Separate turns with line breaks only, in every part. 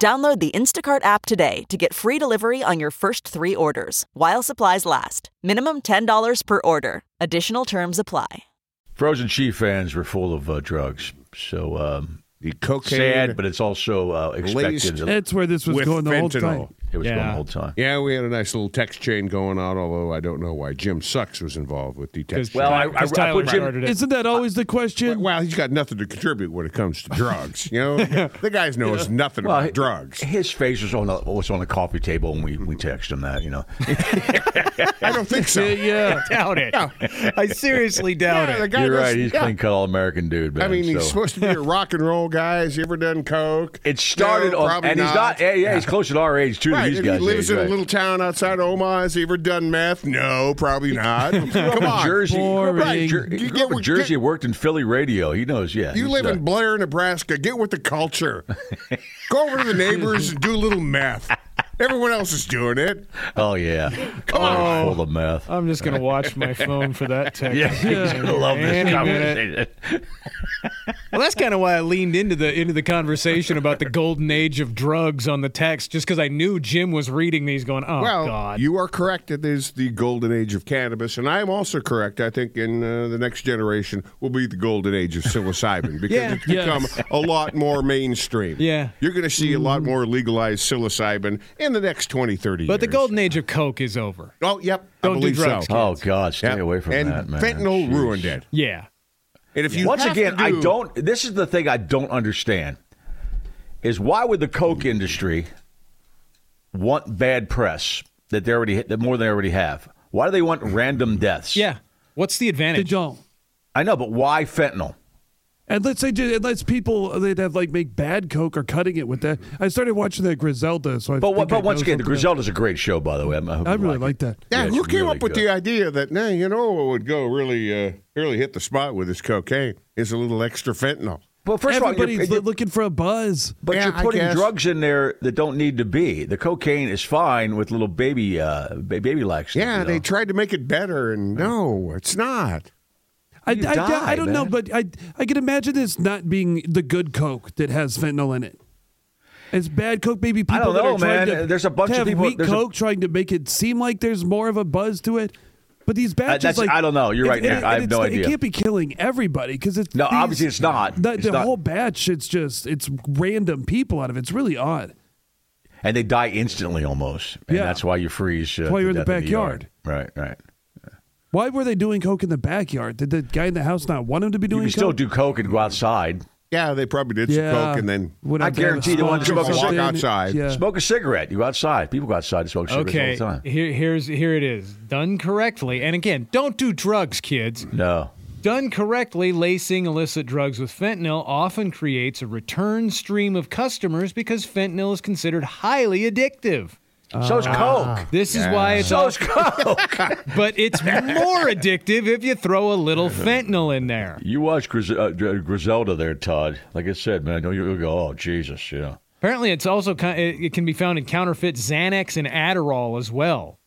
Download the Instacart app today to get free delivery on your first three orders while supplies last. Minimum $10 per order. Additional terms apply.
Frozen Chief fans were full of uh, drugs, so um,
The cocaine.
sad, but it's also uh, expected.
Laced-
That's where this was
With
going the whole
fentanyl.
time.
It was
yeah.
going the whole time.
yeah, we had a nice little text chain going on, although I don't know why Jim Sucks was involved with the text
Well, I, I, I
Because Tyler
put Jim.
started it. Isn't that always the
chain.
question?
Well, he's got nothing to contribute when it comes to drugs. You know, the guy knows nothing
Well,
about drugs.
His face was on the was on the coffee table, and we we texted him that. You know,
I don't think so.
Yeah, yeah.
doubt it. I seriously doubt
Yeah, the
it.
guy
you're
does-
right. He's
yeah.
clean cut all American dude. Man,
I mean, he's
so-
supposed to be a rock and roll guy. Has he ever done coke?
It started,
No,
on,
probably
and he's not. Yeah, yeah, he's close to our age too. to
Right,
These
and
guys.
he lives
age,
in
right.
a little town outside Omaha. Has he ever done meth? No, probably not. Come on,
Jersey,
Boring.
Jer-
You
he grew
get
up in
what-
Jersey,
get-
worked in Philly radio. He knows. Yeah,
You
he's,
live
uh,
in Blair, Nebraska. Get with the culture. Go over to the neighbors and do a little meth. Everyone else is doing it.
Oh yeah, come on, full of meth.
I'm just gonna watch my phone for that text.
Yeah, he's gonna love
Any
this
minute.
conversation.
Well, that's kind of why I leaned into the into the conversation about the golden age of drugs on the text, just because I knew Jim was reading these, going, "Oh
well,
God."
you are correct. It is the golden age of cannabis, and I am also correct. I think in uh, the next generation will be the golden age of psilocybin because
Yeah.
it's
Yes.
become a lot more mainstream.
Yeah. Mm-hmm.
you're going to see a lot more legalized psilocybin in the next 20, 30 years.
but the golden age of coke is over.
Oh, yep.
Don't
I
do
believe
drugs,
so.
Oh God, stay
Yep.
away from
and
that, man.
Fentanyl
Jeez.
ruined it.
Yeah.
And if you
Once
have to
again, I
do-
don't. This is the thing I don't understand: is why would the coke industry want bad press that they already that more than they already have? Why do they want random deaths?
Yeah. What's the
They
advantage?
don't.
I know, but why fentanyl?
And let's say it lets people they'd have like make bad coke or cutting it with that. I started watching that Griselda, so I.
But what,
think I
but once
know
again, the
something else.
Griselda's a great show, by the way. I'm, I, hope
I
you
really
like
like
it.
that.
Yeah,
it's
who came
really
up with
good.
the idea that now you know what would go really uh, really hit the spot with this cocaine is a little extra fentanyl.
Well, first of all, you're-
Everybody's
you're-
li- looking for a buzz.
But
Yeah,
you're
I
putting
guess.
drugs in there that don't need to be. The cocaine is fine with little baby uh, ba- baby lax. you
Yeah,
know?
they tried to make it better, and no, it's not.
I, I,
You
I-
die,
I don't know,
man.
but I I can imagine it's not being the good coke that has fentanyl in it. It's bad coke, maybe people
I don't
that
know,
are trying
man.
to
There's a bunch
to
of
have
people-
weak
there's a-
coke trying to make it seem like there's more of a buzz to it. But these batches,
Uh, that's-
like
I don't know. You're
it-
right,
it-
Nick. I
it-
have no
it's-
idea.
It can't be killing everybody because it's
No,
these-
obviously it's not.
The,
It's
the
not.
whole batch, it's just it's random people out of it. It's really odd.
and they die instantly almost, and
Yeah.
that's why you freeze. Uh,
That's why
to
you're in the
death yard.
backyard.
Right, right.
Why were they doing coke in the backyard? Did the guy in the house not want him to be
You
doing
can
coke?
still do coke and go outside,
Yeah, they probably did
yeah,
some coke, and then
Would
I
have to have a
guarantee they wanted to
sponsor
smoke a
or
cigarette.
Walk outside.
Yeah.
smoke a cigarette. You go outside. People go outside and smoke cigarettes
Okay.
all the time.
Here, here's here it is. Done correctly, and again, don't do drugs, kids.
No,
Done correctly, lacing illicit drugs with fentanyl often creates a return stream of customers because fentanyl is considered highly addictive.
so's
Ah.
coke.
This is why it's all,
So's coke.
but it's more addictive if you throw a little fentanyl in there.
you watch Gris- uh, Gr- Griselda there, Todd. Like I said, man, you'll, you'll go, oh Jesus, yeah.
Apparently, it's also ki- it it can be found in counterfeit Xanax and Adderall as well.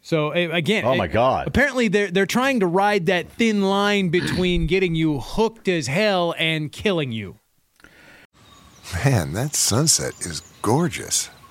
So a- again,
Oh, my
it-
God.
Apparently, they're they're trying to ride that thin line between getting you hooked as hell and killing you.
Man, that sunset is gorgeous.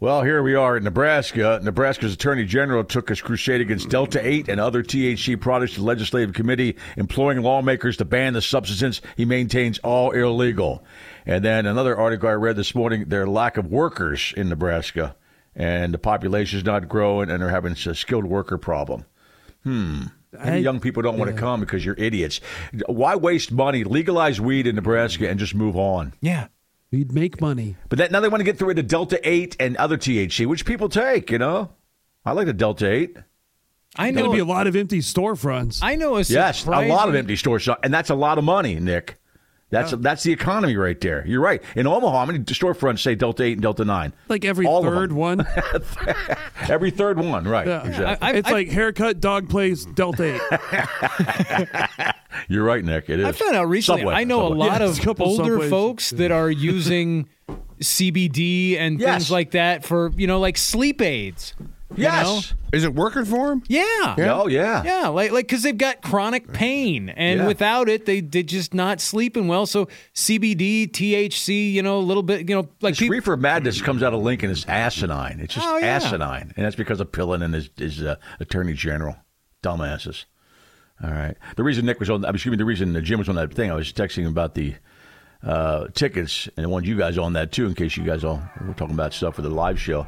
Well, here we are in Nebraska. Nebraska's Attorney General took his crusade against Delta 8 and other THC products to the legislative committee, imploring lawmakers to ban the substance he maintains all illegal. And then another article I read this morning their lack of workers in Nebraska, and the population is not growing, and they're having a skilled worker problem. And young people don't want to come because you're idiots. Why waste money? Legalize weed in Nebraska and just move on.
Yeah.
We'd make money.
But that, now they want to get through into Delta 8 and other THC, which people take, you know? I like the Delta 8.
I
There'll be a
know.
lot of empty storefronts.
I know. A
Yes, a lot of
surprising-
empty store shop, and that's a lot of money, Nick. That's that's the economy right there. You're right. In Omaha, how many storefronts say Delta 8 and Delta 9?
like every
All of
third
them.
one.
Every third one, right.
Yeah.
Exactly.
I-
it's
I-
like haircut, dog place, Delta 8.
You're right, Nick. It is.
I found out recently.
Subway,
I know
Subway.
a lot
Yeah, it's a
of
couple
older
Subways.
folks that are using CBD and
Yes.
things like that for you know, like sleep aids. you
Yes.
Is it working for him?
Yeah.
Oh, yeah.
Yeah, like like because they've got chronic pain, and
Yeah.
without it, they they just not sleeping well. So CBD, THC, you know, a little bit, you know, like
This
people,
reefer madness comes out of Lincoln is asinine. It's just
Oh, yeah.
asinine, and that's because of Pillen and his, his uh, attorney general, dumbasses. All right. The reason Nick was on, I'm assuming the reason Jim was on that thing, I was texting him about the uh, tickets and I wanted you guys on that too, in case you guys all were talking about stuff for the live show.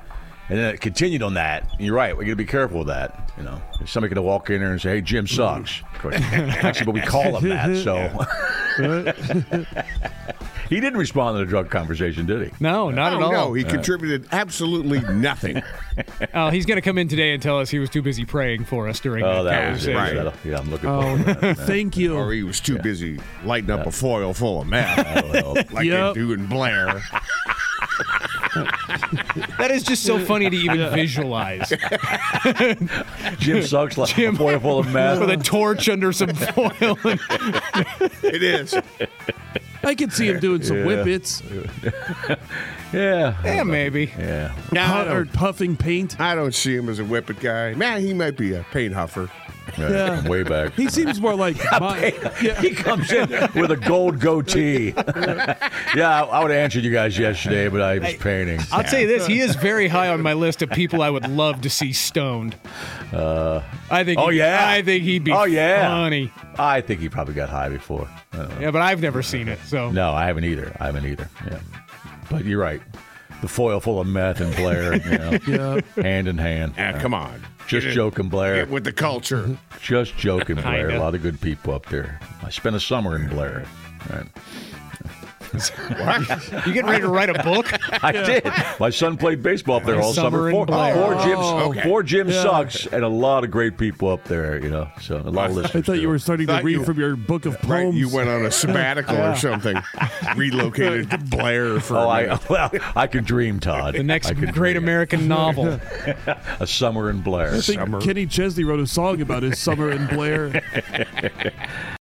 And then it continued on that. You're right. We got to be careful with that. You know, if somebody could walk in there and say, "Hey, Jim sucks," Of course, actually, but we call him that. So he didn't respond to the drug conversation, did he?
no, not
Oh,
at all.
no, he contributed absolutely nothing.
Oh, he's gonna come in today and tell us he was too busy praying for us during
Oh,
the
that was it.
conversation.
That'll- Yeah, I'm looking
Oh,
forward to that.
thank you.
or he was too busy lighting up a foil full of meth, like they
Yep.
do in Blair.
That is just so funny to even visualize
Jim sucks like a boy full of meth.
with a torch under some foil. And,
it is.
I could see him doing some whippets
yeah.
yeah, maybe.
Now I
or
don't,
puffing paint.
I don't see him as a whippet guy. Man, he might be a paint huffer. Ah,
Yeah, Way back.
He seems more like my, yeah,
He comes in with a gold goatee. yeah, I, I would have answered you guys yesterday, but I was painting.
I'll tell you this: he is very high on my list of people I would love to see stoned. I think.
Oh
he-
yeah.
I think he'd be.
Oh yeah.
funny.
I think he probably got high before. I don't know.
Yeah, but I've never seen it, so
No, I haven't either. I haven't either. Yeah. But you're right. The foil full of meth and Blair, you know, hand in hand.
Ah, come on.
Just
Get it-
joking, Blair.
Get with the culture.
Just joking, Blair. A
Kinda.
lot of good people up there. I spent a summer in Blair. Right.
you getting ready to write a book?
I did. My son played baseball up there all
Summer
summer.
in
Four,
Blair.
four gyms,
Oh,
okay.
four gym sucks, and a lot of great people up there. You know, so a lot of listeners.
I thought you
too.
were starting to
Thought
read
you-
from your book of
Right?
poems.
You went on a sabbatical or something, relocated to Blair for
Oh,
a
I
minute.
well, I could dream, Todd.
The next
I could
great
dream.
American novel.
a summer in Blair.
I think Kenny Chesney wrote a song about his summer in Blair.